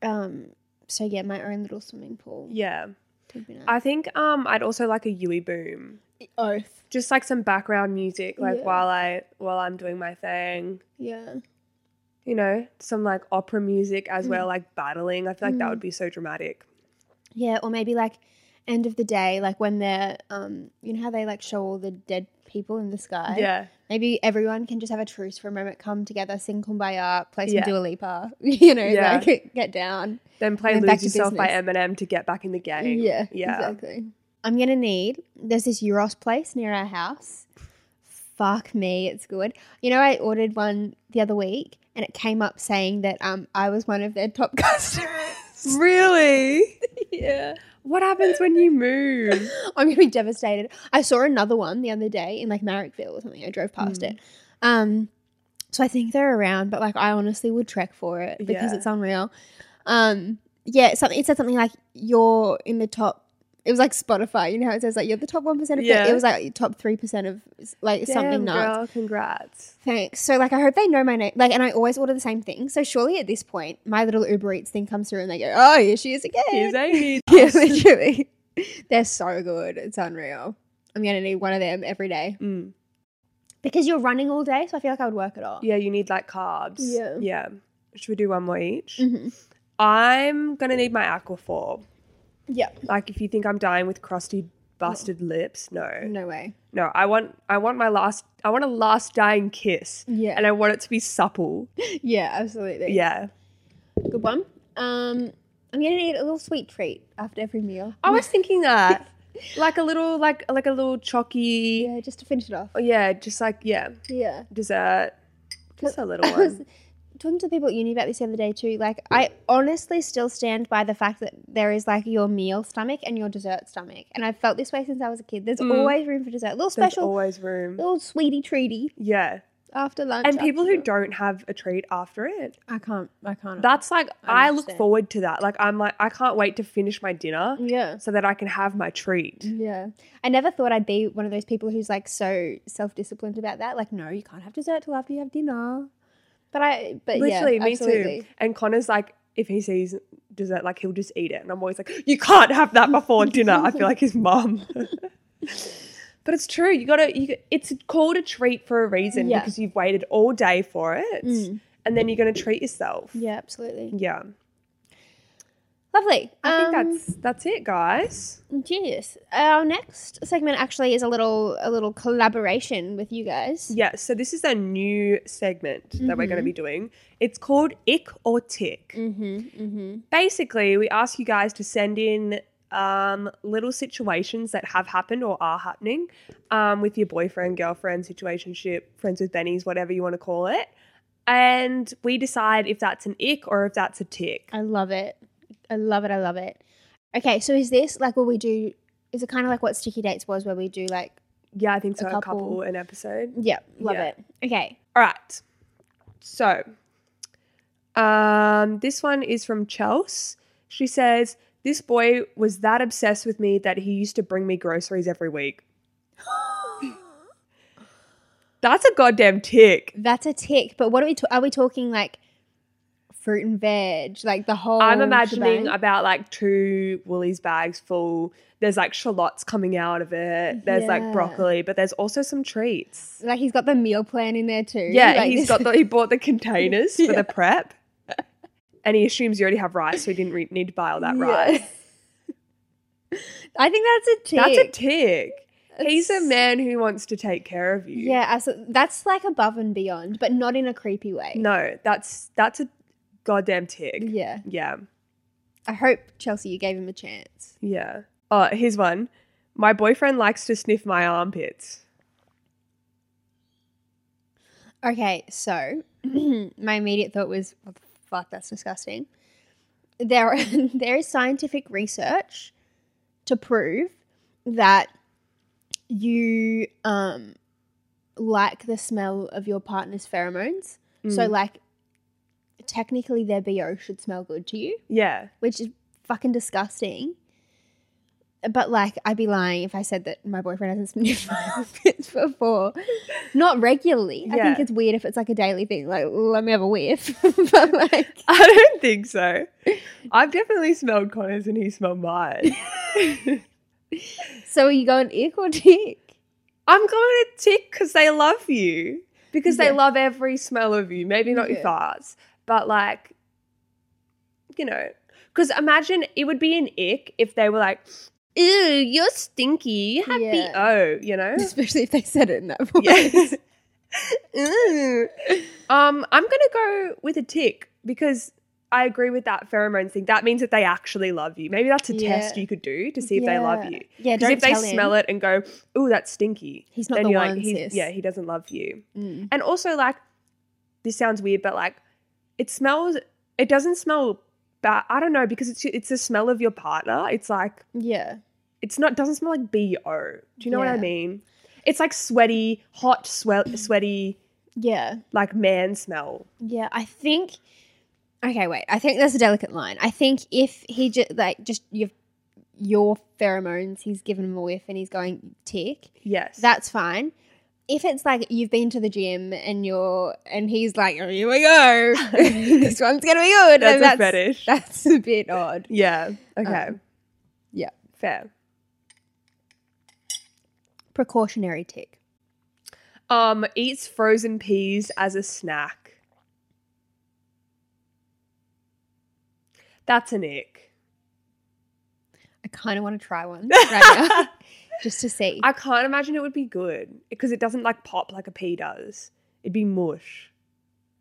Speaker 3: Um, so yeah, my own little swimming pool.
Speaker 2: Yeah.
Speaker 3: Would be nice.
Speaker 2: I think um I'd also like a Yui boom.
Speaker 3: Oath.
Speaker 2: Just like some background music like
Speaker 3: Yeah.
Speaker 2: while I while I'm doing my thing.
Speaker 3: Yeah.
Speaker 2: You know, some like opera music as
Speaker 3: Mm.
Speaker 2: well, like battling. I feel like that would be so dramatic.
Speaker 3: Yeah, or maybe like end of the day, like when they're um, you know how they like show all the dead people in the sky.
Speaker 2: Yeah.
Speaker 3: Maybe everyone can just have a truce for a moment, come together, sing Kumbaya, play some
Speaker 2: Yeah.
Speaker 3: Dua Lipa, you know,
Speaker 2: Yeah.
Speaker 3: like get down.
Speaker 2: Then play
Speaker 3: Then
Speaker 2: Lose
Speaker 3: back to
Speaker 2: Yourself by Eminem to get back in the game.
Speaker 3: Yeah,
Speaker 2: Yeah.
Speaker 3: exactly. I'm gonna need. There's this Euros place near our house. Fuck me, it's good. You know, I ordered one the other week, and it came up saying that um I was one of their top customers.
Speaker 2: Really?
Speaker 3: yeah,
Speaker 2: What happens when you move?
Speaker 3: I'm gonna be devastated. I saw another one the other day in like Marrickville or something. I drove past
Speaker 2: Hmm.
Speaker 3: it. Um, so I think they're around, but like I honestly would trek for it because
Speaker 2: Yeah.
Speaker 3: it's unreal. Um, yeah, something it said something like you're in the top. It was like Spotify, you know how it says like you're the top one percent of.
Speaker 2: Yeah.
Speaker 3: It was like top three percent of like something
Speaker 2: Damn,
Speaker 3: nuts.
Speaker 2: Girl, congrats.
Speaker 3: Thanks. So like I hope they know my name. Like, and I always order the same thing. So surely at this point, my little Uber Eats thing comes through and they go, "Oh, here she is again."
Speaker 2: Here's Amy.
Speaker 3: Yeah, literally. They're so good. It's unreal. I'm gonna need one of them every day
Speaker 2: Mm.
Speaker 3: because you're running all day, so I feel like I would work it off.
Speaker 2: Yeah, you need like carbs.
Speaker 3: Yeah.
Speaker 2: Yeah. Should we do one more each?
Speaker 3: Mhm.
Speaker 2: I'm gonna need my aquaphor.
Speaker 3: Yeah.
Speaker 2: Like if you think I'm dying with crusty busted lips, no. no.
Speaker 3: No way.
Speaker 2: I want I want my last I want a last dying kiss.
Speaker 3: Yeah.
Speaker 2: And I want it to be supple.
Speaker 3: Yeah, absolutely.
Speaker 2: Yeah.
Speaker 3: Good one. Um, I'm gonna need a little sweet treat after every meal.
Speaker 2: I was thinking that. like a little like like a little chalky yeah.
Speaker 3: Yeah, just to finish it off.
Speaker 2: just like Oh, yeah,
Speaker 3: Yeah.
Speaker 2: dessert. Just a little
Speaker 3: I was
Speaker 2: one.
Speaker 3: talking to people at uni about this the other day too. Like, I honestly still stand by the fact that there is like your meal stomach and your dessert stomach, and I've felt this way since I was a kid. There's always room for dessert, little
Speaker 2: Mm. There's
Speaker 3: special,
Speaker 2: always room.
Speaker 3: little sweetie treaty
Speaker 2: Yeah.
Speaker 3: after lunch.
Speaker 2: And people who
Speaker 3: don't
Speaker 2: don't have a treat after it.
Speaker 3: I can't, I can't.
Speaker 2: That's like I, look
Speaker 3: understand.
Speaker 2: forward to that. Like I'm like I can't wait to finish my dinner
Speaker 3: yeah.
Speaker 2: so that I can have my treat.
Speaker 3: Yeah. I never thought I'd be one of those people who's like so self disciplined about that. Like, no, you can't have dessert till after you have dinner. But I, but
Speaker 2: Literally,
Speaker 3: yeah,
Speaker 2: me
Speaker 3: absolutely.
Speaker 2: too. And Connor's like, if he sees dessert, like he'll just eat it. And I'm always like, you can't have that before dinner. I feel like his mum. but it's true. You gotta. You, it's called a treat for a reason
Speaker 3: Yeah.
Speaker 2: because you've waited all day for it,
Speaker 3: Mm.
Speaker 2: and then you're gonna treat yourself.
Speaker 3: Yeah, absolutely.
Speaker 2: Yeah.
Speaker 3: Lovely.
Speaker 2: I think
Speaker 3: Um,
Speaker 2: that's that's it, guys.
Speaker 3: Yes. Our next segment actually is a little a little collaboration with you guys.
Speaker 2: Yeah. So this is a new segment that we're gonna be doing. It's called Ick or Tick.
Speaker 3: Mm-hmm. Mm-hmm.
Speaker 2: basically we ask you guys to send in um, little situations that have happened or are happening um, with your boyfriend girlfriend situationship friends with bennies whatever you want to call it and we decide if that's an ick or if that's a tick
Speaker 3: I love it. I love it. I love it. Okay, so is this like what we do? Is it kind of like what sticky dates was, where we do like?
Speaker 2: yeah i think so a couple,
Speaker 3: couple.
Speaker 2: an episode
Speaker 3: Yeah, love
Speaker 2: Yeah.
Speaker 3: it. Okay.
Speaker 2: all right so um, this one is from chelsea she says this boy was that obsessed with me that he used to bring me groceries every week That's a goddamn tick.
Speaker 3: That's a tick. But what are we? ta- are we talking like fruit and veg? Like the whole.
Speaker 2: I'm imagining
Speaker 3: shebang?
Speaker 2: about like two Woolies bags full. There's like shallots coming out of it. There's
Speaker 3: Yeah.
Speaker 2: like broccoli, but there's also some treats.
Speaker 3: like he's got the meal plan in there too.
Speaker 2: Yeah,
Speaker 3: Like,
Speaker 2: he's
Speaker 3: this-
Speaker 2: got the, he bought the containers for the prep. And he assumes you already have rice, so he didn't re- need to buy all that
Speaker 3: Yeah.
Speaker 2: rice.
Speaker 3: I think that's a tick.
Speaker 2: That's a tick. He's a
Speaker 3: It's-
Speaker 2: man who wants to take care of you.
Speaker 3: Yeah, absolutely. That's like above and beyond, but not in a creepy way.
Speaker 2: No, that's that's a goddamn tick.
Speaker 3: Yeah.
Speaker 2: Yeah.
Speaker 3: I hope Chelsea, you gave him a chance.
Speaker 2: Yeah. Oh, here's one. My boyfriend likes to sniff my armpits.
Speaker 3: Okay, so my immediate thought was, what the fuck, that's disgusting. There, there is scientific research to prove that you um, like the smell of your partner's pheromones. So, like, technically, their BO should smell good to you.
Speaker 2: Yeah.
Speaker 3: which is fucking disgusting. But like, I'd be lying if I said that my boyfriend hasn't sniffed my armpits before. Not regularly. I think
Speaker 2: Yeah.
Speaker 3: it's weird if it's like a daily thing. Like, let me have a whiff. but like,
Speaker 2: I don't think so. I've definitely smelled Connor's and he smelled mine.
Speaker 3: so are you going ick or dick?
Speaker 2: I'm going to tick because they love you. Because
Speaker 3: Yeah.
Speaker 2: they love every smell of you. Maybe not
Speaker 3: Yeah.
Speaker 2: your farts, but like, you know. Because imagine it would be an ick if they were like, ew, you're stinky. Happy
Speaker 3: Yeah.
Speaker 2: oh, you know?
Speaker 3: Especially if they said it in that voice.
Speaker 2: Yes. Ew. um, I'm gonna go with a tick because I agree with that pheromones thing. That means that they actually love you. Maybe that's a
Speaker 3: Yeah.
Speaker 2: test you could do to see if they love you.
Speaker 3: Yeah,
Speaker 2: Because
Speaker 3: don't
Speaker 2: if they
Speaker 3: tell
Speaker 2: smell
Speaker 3: him.
Speaker 2: it and go, "Ooh, that's stinky,"
Speaker 3: He's not
Speaker 2: then
Speaker 3: the
Speaker 2: you're
Speaker 3: one,
Speaker 2: like, he's-
Speaker 3: sis.
Speaker 2: "Yeah, he doesn't love you."
Speaker 3: Mm.
Speaker 2: And also, like, this sounds weird, but like, it smells. It doesn't smell bad. I don't know because it's it's the smell of your partner. It's like
Speaker 3: Yeah.
Speaker 2: it's not doesn't smell like bo. Do you know what I
Speaker 3: Yeah.
Speaker 2: mean? It's like sweaty, hot, sweat, sweaty,
Speaker 3: Yeah.
Speaker 2: like man smell.
Speaker 3: Yeah, I think. Okay, wait. I think there's a delicate line. I think if he just like just you've your pheromones, he's given him a whiff and he's going tick.
Speaker 2: Yes,
Speaker 3: That's fine. If it's like you've been to the gym and you're and he's like, oh, here we go, this one's gonna be good.
Speaker 2: That's
Speaker 3: and
Speaker 2: a fetish.
Speaker 3: That's a bit odd.
Speaker 2: yeah, okay,
Speaker 3: yeah.
Speaker 2: fair.
Speaker 3: Precautionary tick.
Speaker 2: Um, eats frozen peas as a snack. That's an ick.
Speaker 3: I kind of want to try one right now just to see.
Speaker 2: I can't imagine it would be good because it doesn't like pop like a pea does. It'd be mush.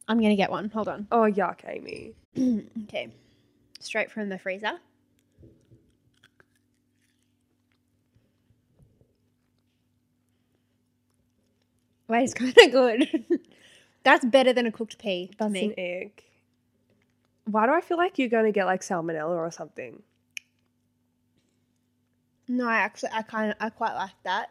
Speaker 3: I'm gonna get one. Hold on.
Speaker 2: Oh yuck, Amy.
Speaker 3: Okay. Straight from the freezer. Wait, it's kind of good. That's better than a cooked pea for
Speaker 2: That's
Speaker 3: me.
Speaker 2: an ick. Why do I feel like you're gonna get like salmonella or something?
Speaker 3: No, I actually, I kind of, I quite like that.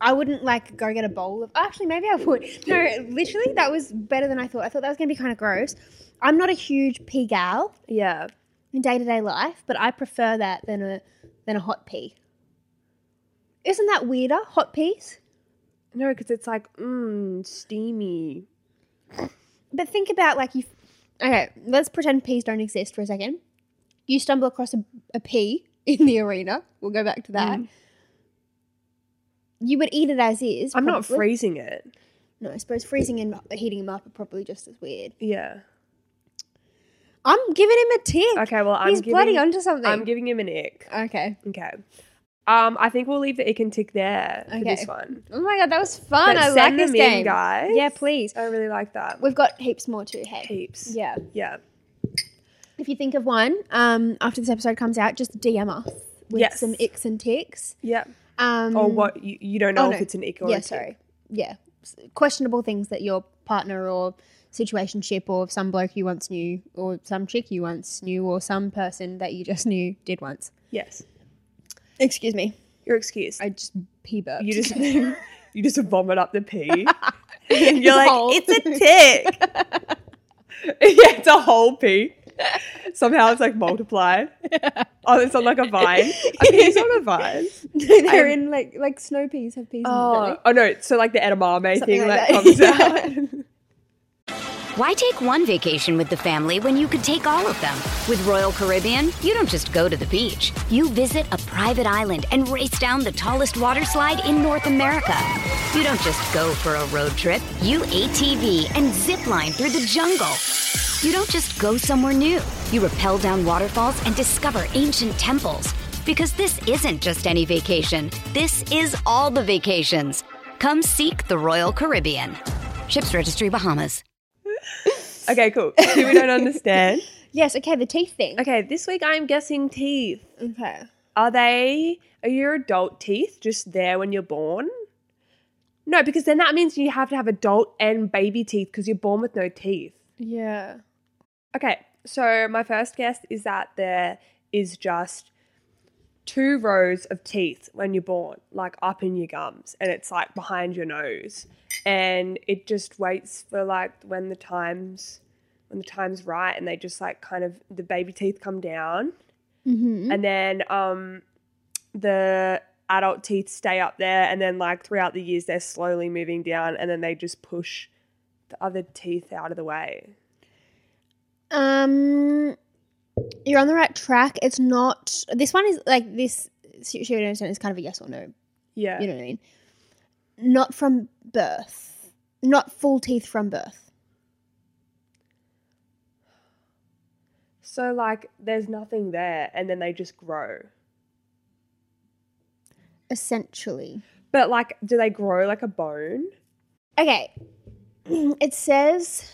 Speaker 3: I wouldn't like go get a bowl of. Actually, maybe I would. No, literally, that was better than I thought. I thought that was gonna be kind of gross. I'm not a huge pea gal
Speaker 2: Yeah.
Speaker 3: in day to day life, but I prefer that than a than a hot pea. Isn't that weirder? Hot peas.
Speaker 2: No, because it's like, mmm, steamy.
Speaker 3: But think about like you. Okay, let's pretend peas don't exist for a second. You stumble across a, a pea in the arena. We'll go back to that.
Speaker 2: Mm.
Speaker 3: You would eat it as is.
Speaker 2: I'm not
Speaker 3: probably.
Speaker 2: freezing it.
Speaker 3: No, I suppose freezing and heating him up are probably just as weird.
Speaker 2: Yeah.
Speaker 3: I'm giving him a tick.
Speaker 2: Okay, well, I'm
Speaker 3: He's
Speaker 2: giving,
Speaker 3: bloody onto something.
Speaker 2: I'm giving him an ick.
Speaker 3: okay.
Speaker 2: Okay. Um, I think we'll leave the ick and tick there for
Speaker 3: Okay.
Speaker 2: this one.
Speaker 3: Oh my god, that was fun.
Speaker 2: But
Speaker 3: I
Speaker 2: send
Speaker 3: like this
Speaker 2: them in,
Speaker 3: game,
Speaker 2: guys.
Speaker 3: Yeah, please.
Speaker 2: I really like that.
Speaker 3: We've got heaps more to hey.
Speaker 2: Heaps.
Speaker 3: Yeah.
Speaker 2: Yeah.
Speaker 3: If you think of one, um, after this episode comes out, just DM us with
Speaker 2: Yes.
Speaker 3: some icks and ticks.
Speaker 2: Yeah.
Speaker 3: Um,
Speaker 2: or what you, you don't know
Speaker 3: oh,
Speaker 2: if
Speaker 3: no.
Speaker 2: it's an ick or
Speaker 3: yeah,
Speaker 2: a tick.
Speaker 3: sorry. Yeah. S- Questionable things that your partner or situationship or some bloke you once knew or some chick you once knew or some person that you just knew did once.
Speaker 2: Yes.
Speaker 3: Excuse me.
Speaker 2: Your excuse.
Speaker 3: I just pee burped.
Speaker 2: you just you just vomit up the pee. and you're like,
Speaker 3: whole.
Speaker 2: it's a tick. yeah, it's a whole pee. Somehow it's like multiplied. Oh, it's on like a vine. A pea's on a vine.
Speaker 3: They're in like like snow peas have peas in
Speaker 2: Oh,
Speaker 3: them.
Speaker 2: oh no. So like the edamame
Speaker 3: Something
Speaker 2: thing
Speaker 3: like
Speaker 2: that,
Speaker 3: that.
Speaker 2: comes out.
Speaker 5: Why take one vacation with the family when you could take all of them? With Royal Caribbean, you don't just go to the beach. You visit a private island and race down the tallest water slide in North America. You don't just go for a road trip. You ATV and zip line through the jungle. You don't just go somewhere new. You rappel down waterfalls and discover ancient temples. Because this isn't just any vacation. This is all the vacations. Come seek the Royal Caribbean. Ships Registry Bahamas.
Speaker 2: okay, cool. See, we don't understand.
Speaker 3: Yes, okay, the teeth thing.
Speaker 2: Okay, this week I'm guessing teeth.
Speaker 3: Okay.
Speaker 2: Are they are your adult teeth just there when you're born? No, because then that means you have to have adult and baby teeth because you're born with no teeth.
Speaker 3: Yeah.
Speaker 2: Okay, so my first guess is that there is just two rows of teeth when you're born, like up in your gums, and it's like behind your nose, and it just waits for like when the times when the time's right, and they just like kind of the baby teeth come down,
Speaker 3: Mm-hmm.
Speaker 2: and then um the adult teeth stay up there, and then like throughout the years they're slowly moving down, and then they just push the other teeth out of the way.
Speaker 3: Um, you're on the right track. It's not. This one is like this. She she would understand. It's kind of a yes or no.
Speaker 2: Yeah.
Speaker 3: You know what I mean? Not from birth. Not full teeth from birth.
Speaker 2: So like there's nothing there and then they just grow.
Speaker 3: Essentially.
Speaker 2: But like do they grow like a bone?
Speaker 3: Okay. It says.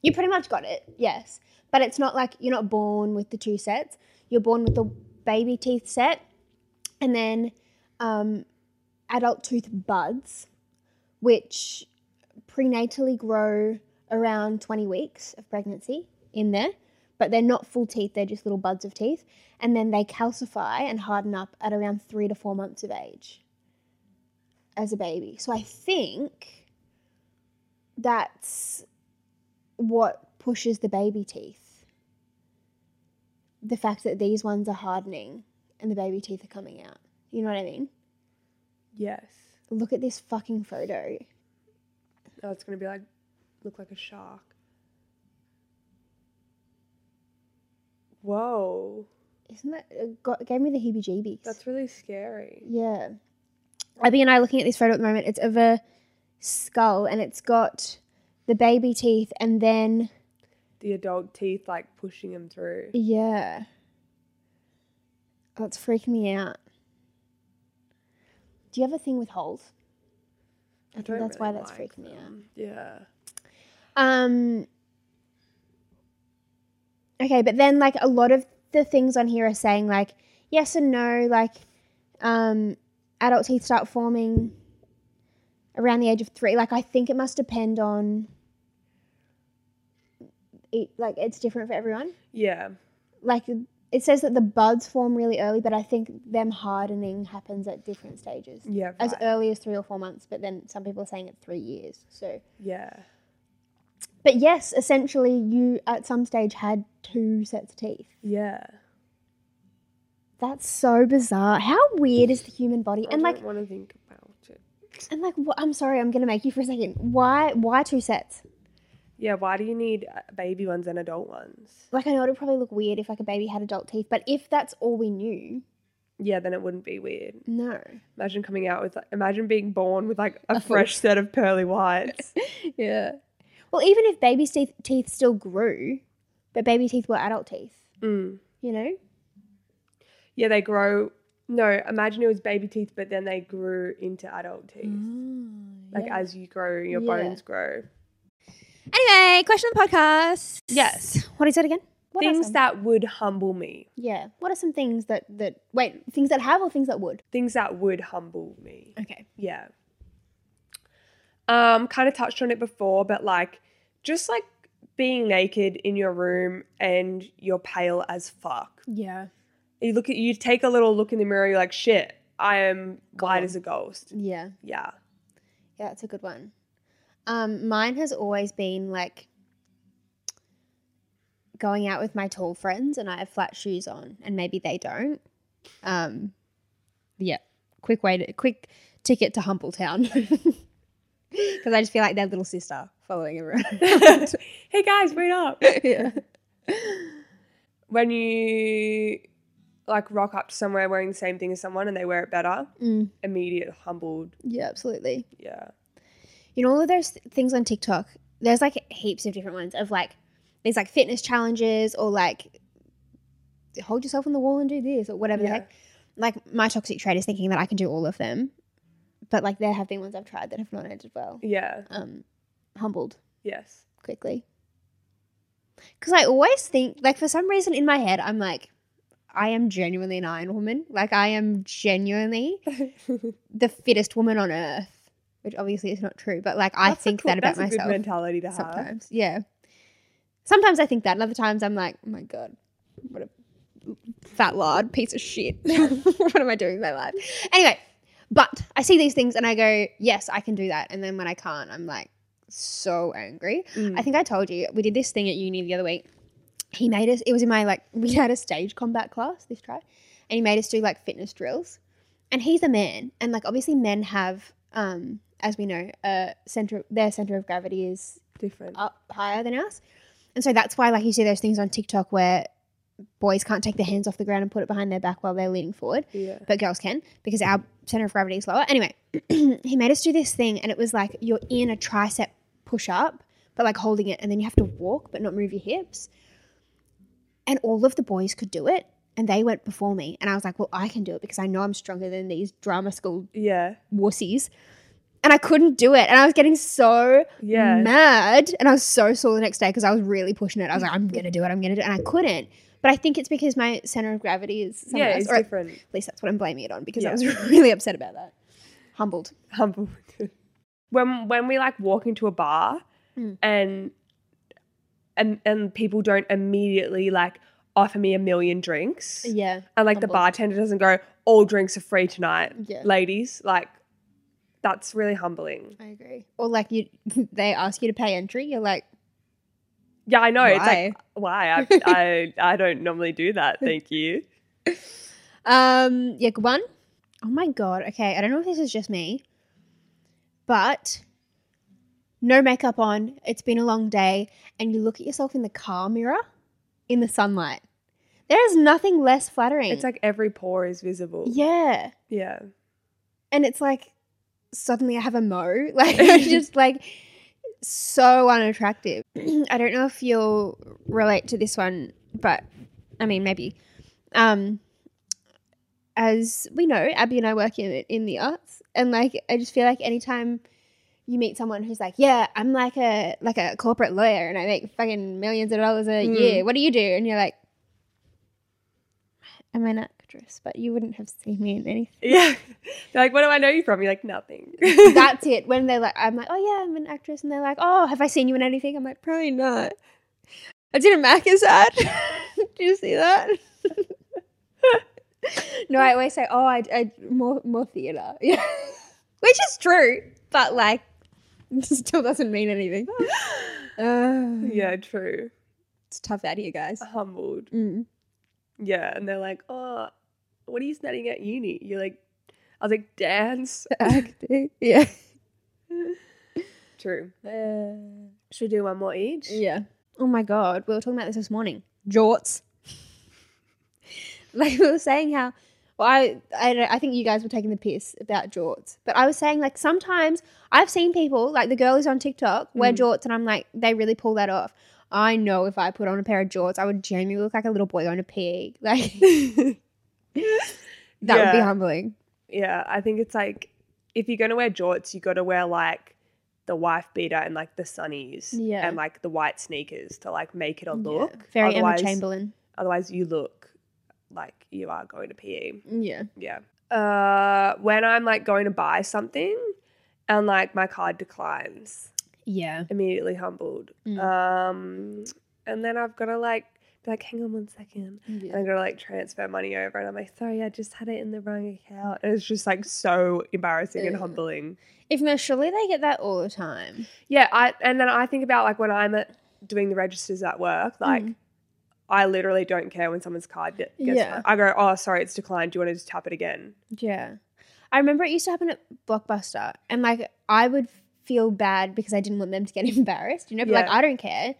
Speaker 3: You pretty much got it. Yes, but it's not like you're not born with the two sets. You're born with the baby teeth set, and then um, adult tooth buds, which prenatally grow around 20 weeks of pregnancy in there, but they're not full teeth, they're just little buds of teeth. And then they calcify and harden up at around three to four months of age as a baby. So I think that's what pushes the baby teeth. The fact that these ones are hardening and the baby teeth are coming out. You know what I mean?
Speaker 2: Yes.
Speaker 3: Look at this fucking photo.
Speaker 2: Oh, it's gonna be like look like a shark. Whoa.
Speaker 3: Isn't that it got, it gave me the heebie-jeebies?
Speaker 2: That's really scary.
Speaker 3: yeah. Abby and I are looking at this photo at the moment. It's of a skull, and it's got the baby teeth, and then
Speaker 2: The adult teeth like pushing them through.
Speaker 3: yeah, that's freaking me out. Do you have a thing with holes? I, think that's why that's freaking me out.
Speaker 2: Yeah.
Speaker 3: Um. Okay, but then like a lot of the things on here are saying like yes and no, like um, adult teeth start forming around the age of three. Like I think it must depend on. It, like it's different for everyone.
Speaker 2: Yeah.
Speaker 3: Like it says that the buds form really early, but I think them hardening happens at different stages.
Speaker 2: Yeah. Right.
Speaker 3: As early as three or four months, but then some people are saying at three years. So
Speaker 2: yeah.
Speaker 3: but yes, essentially, you at some stage had two sets of teeth.
Speaker 2: Yeah.
Speaker 3: That's so bizarre. How weird is the human body? And
Speaker 2: I
Speaker 3: like,
Speaker 2: don't want to think about it.
Speaker 3: and like, wh- I'm sorry, I'm gonna make you for a second. Why, why two sets?
Speaker 2: Yeah, why do you need uh, baby ones and adult ones?
Speaker 3: Like, I know it'd probably look weird if like a baby had adult teeth, but if that's all we knew,
Speaker 2: Yeah, then it wouldn't be weird.
Speaker 3: no.
Speaker 2: Imagine coming out with, like, imagine being born with like a fresh set of pearly whites.
Speaker 3: Yeah. Well, even if baby teeth teeth still grew, but baby teeth were adult teeth.
Speaker 2: Mm.
Speaker 3: You know?
Speaker 2: Yeah, they grow. No, imagine it was baby teeth, but then they grew into adult teeth. like as you grow, your
Speaker 3: Mm, Yeah.
Speaker 2: bones grow.
Speaker 3: Anyway, question of the podcast.
Speaker 2: Yes.
Speaker 3: What is that again? What are
Speaker 2: things
Speaker 3: some-
Speaker 2: that would humble me.
Speaker 3: Yeah. What are some things that that wait things that have or things that would?
Speaker 2: Things that would humble me.
Speaker 3: Okay.
Speaker 2: Yeah. Um, kind of touched on it before, but like just like being naked in your room and you're pale as fuck.
Speaker 3: Yeah.
Speaker 2: you look at you take a little look in the mirror you're like shit i am white as a ghost
Speaker 3: Yeah.
Speaker 2: yeah
Speaker 3: Yeah, that's a good one. Um, mine has always been like going out with my tall friends and I have flat shoes on, and maybe they don't. Um, yeah, quick way to quick ticket to Humbletown because I just feel like their little sister following everyone.
Speaker 2: hey guys, wait up.
Speaker 3: yeah.
Speaker 2: When you like rock up to somewhere wearing the same thing as someone and they wear it better,
Speaker 3: Mm.
Speaker 2: immediate humbled.
Speaker 3: yeah, absolutely.
Speaker 2: Yeah.
Speaker 3: You know, all of those things on TikTok, there's like heaps of different ones of like, there's like fitness challenges or like, hold yourself on the wall and do this or whatever the
Speaker 2: Yeah.
Speaker 3: heck. Like, my toxic trait is thinking that I can do all of them. But like, there have been ones I've tried that have not ended well.
Speaker 2: Yeah.
Speaker 3: Um, humbled
Speaker 2: Yes.
Speaker 3: quickly. Because I always think, like, for some reason in my head, I'm like, I am genuinely an iron woman. Like, I am genuinely the fittest woman on earth, which obviously is not true, but like, I
Speaker 2: That's a
Speaker 3: think
Speaker 2: cool-
Speaker 3: that about
Speaker 2: that's a good
Speaker 3: myself
Speaker 2: mentality to have.
Speaker 3: sometimes. Yeah. Sometimes I think that, and other times I'm like, oh my God, what a fat lard piece of shit. what am I doing with my life? Anyway, but I see these things and I go, yes, I can do that. And then when I can't, I'm like so angry. I think I told you, we did this thing at uni the other week. He made us, it was in my like, we had a stage combat class this try, and he made us do like fitness drills. And he's a man. And like, obviously, men have, um, as we know, uh, center their center of gravity is
Speaker 2: Different.
Speaker 3: up higher than us. And so that's why, like, you see those things on TikTok where boys can't take their hands off the ground and put it behind their back while they're leaning forward,
Speaker 2: Yeah.
Speaker 3: but girls can because our center of gravity is lower. Anyway, he made us do this thing, and it was like you're in a tricep push up, but like holding it, and then you have to walk but not move your hips. And all of the boys could do it, and they went before me. And I was like, well, I can do it because I know I'm stronger than these drama school
Speaker 2: Yeah.
Speaker 3: wussies. And I couldn't do it. And I was getting so
Speaker 2: Yeah.
Speaker 3: mad. And I was so sore the next day because I was really pushing it. I was like, I'm going to do it. I'm going to do it. And I couldn't. But I think it's because my center of gravity is somewhere
Speaker 2: Yeah,
Speaker 3: else.
Speaker 2: it's
Speaker 3: Or at
Speaker 2: different.
Speaker 3: least that's what I'm blaming it on because I
Speaker 2: Yeah.
Speaker 3: was really upset about that. Humbled.
Speaker 2: humble. when when we like walk into a bar
Speaker 3: Mm.
Speaker 2: and and and people don't immediately like offer me a million drinks.
Speaker 3: Yeah.
Speaker 2: And like the
Speaker 3: humbled.
Speaker 2: bartender doesn't go, all drinks are free tonight,
Speaker 3: Yeah.
Speaker 2: ladies. Like that's really humbling.
Speaker 3: I agree. Or like you, they ask you to pay entry. You're like,
Speaker 2: Yeah, I know. It's
Speaker 3: why?
Speaker 2: like why I, I I don't normally do that. Thank you.
Speaker 3: Um, yeah, good one. Oh my god. Okay, I don't know if this is just me, but no makeup on. It's been a long day, and you look at yourself in the car mirror in the sunlight. There is nothing less flattering.
Speaker 2: It's like every pore is visible.
Speaker 3: yeah,
Speaker 2: Yeah.
Speaker 3: and it's like suddenly I have a mo. Like it's just like so unattractive. I don't know if you'll relate to this one, but I mean maybe. Um as we know, Abby and I work in in the arts, and like I just feel like anytime you meet someone who's like, "Yeah, I'm like a like a corporate lawyer, and I make fucking millions of dollars a year. What do you do?" And you're like, "I'm an actress, but you wouldn't have seen me in anything."
Speaker 2: Yeah. They're like, what do I know you from? You're like, nothing.
Speaker 3: that's it. When they're like, I'm like, oh yeah, I'm an actress, and they're like, oh, have I seen you in anything? I'm like, probably not. I did a Macca's ad. Do you see that? no, I always say, oh, I, I more more theater, yeah, which is true, but like, it still doesn't mean anything. Uh,
Speaker 2: yeah, true.
Speaker 3: it's tough out here, guys.
Speaker 2: Humbled.
Speaker 3: Mm.
Speaker 2: Yeah, and they're like, "Oh, what are you studying at uni?" You're like, "I was like dance."
Speaker 3: Acting, yeah,
Speaker 2: True.
Speaker 3: Uh,
Speaker 2: Should we do one more each?
Speaker 3: yeah. Oh my god, we were talking about this this morning. Jorts. like we were saying how well I, I don't- I think you guys were taking the piss about jorts but I was saying like sometimes I've seen people like the girl who's on TikTok
Speaker 2: Mm.
Speaker 3: wear jorts and I'm like they really pull that off I know if I put on a pair of jorts I would genuinely look like a little boy on a pig like that would be
Speaker 2: Yeah.
Speaker 3: humbling
Speaker 2: Yeah, I think it's like if you're gonna wear jorts, you gotta wear like the wife beater and like the sunnies
Speaker 3: Yeah.
Speaker 2: and like the white sneakers to like make it a look.
Speaker 3: very
Speaker 2: otherwise,
Speaker 3: Emma Chamberlain
Speaker 2: Otherwise, you look like you are going to PE.
Speaker 3: yeah
Speaker 2: Yeah. Uh, when I'm like going to buy something and like my card declines.
Speaker 3: yeah
Speaker 2: immediately humbled.
Speaker 3: Mm.
Speaker 2: Um, and then I've got to like be like, hang on one second, and I've got to like transfer money over, and I'm like, sorry, I just had it in the wrong account, and it's just like so embarrassing and
Speaker 3: Ugh.
Speaker 2: humbling.
Speaker 3: if no surely they get that all the time
Speaker 2: Mm-hmm. Yeah, I and then I think about like when I'm at, doing the registers at work, like I literally don't care when someone's card get- gets.
Speaker 3: Yeah.
Speaker 2: I go, oh, sorry, it's declined. Do you want to just tap it again?
Speaker 3: Yeah. I remember it used to happen at Blockbuster and like I would feel bad because I didn't want them to get embarrassed, you know, but like
Speaker 2: Yeah.
Speaker 3: I don't care.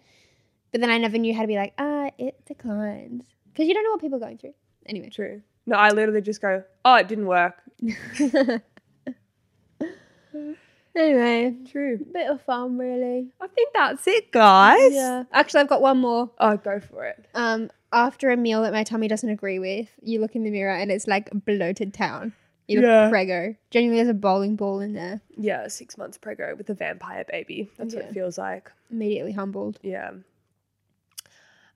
Speaker 3: But then I never knew how to be like, ah, it declined. Because you don't know what people are going through. Anyway.
Speaker 2: True. No, I literally just go, oh, it didn't work.
Speaker 3: Anyway.
Speaker 2: True.
Speaker 3: Bit of fun really.
Speaker 2: I think that's it, guys.
Speaker 3: Yeah. Actually I've got one more.
Speaker 2: Oh, go for it.
Speaker 3: Um after a meal that my tummy doesn't agree with, you look in the mirror and it's like bloated town. You look
Speaker 2: Yeah.
Speaker 3: prego. Genuinely there's a bowling ball in there.
Speaker 2: Yeah, six months prego with a vampire baby. That's what
Speaker 3: Yeah.
Speaker 2: it feels like.
Speaker 3: Immediately humbled.
Speaker 2: Yeah.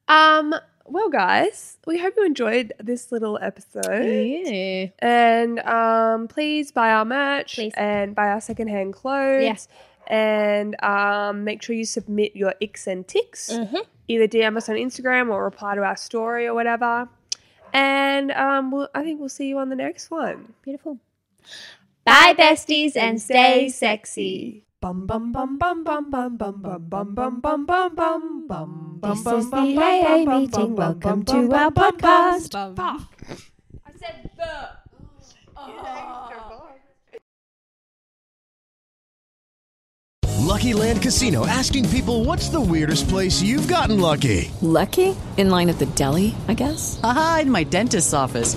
Speaker 2: Um. Well, guys, we hope you enjoyed this little episode.
Speaker 3: Yeah.
Speaker 2: And um, please buy our merch
Speaker 3: Please.
Speaker 2: and buy our secondhand clothes.
Speaker 3: Yeah.
Speaker 2: And um, make sure you submit your icks and ticks.
Speaker 4: Mm-hmm.
Speaker 2: Either DM us on Instagram or reply to our story or whatever. And um, we'll, I think we'll see you on the next one.
Speaker 3: Beautiful. Bye, besties, and stay sexy.
Speaker 1: Bum bum bum bum bum bum bum bum bum bum bum bum bum bum.
Speaker 4: This is the AA meeting. Welcome to our podcast.
Speaker 6: Lucky Land Casino asking people what's the weirdest place you've gotten lucky?
Speaker 7: Lucky? In line at the deli, I guess?
Speaker 8: Aha, in my dentist's office.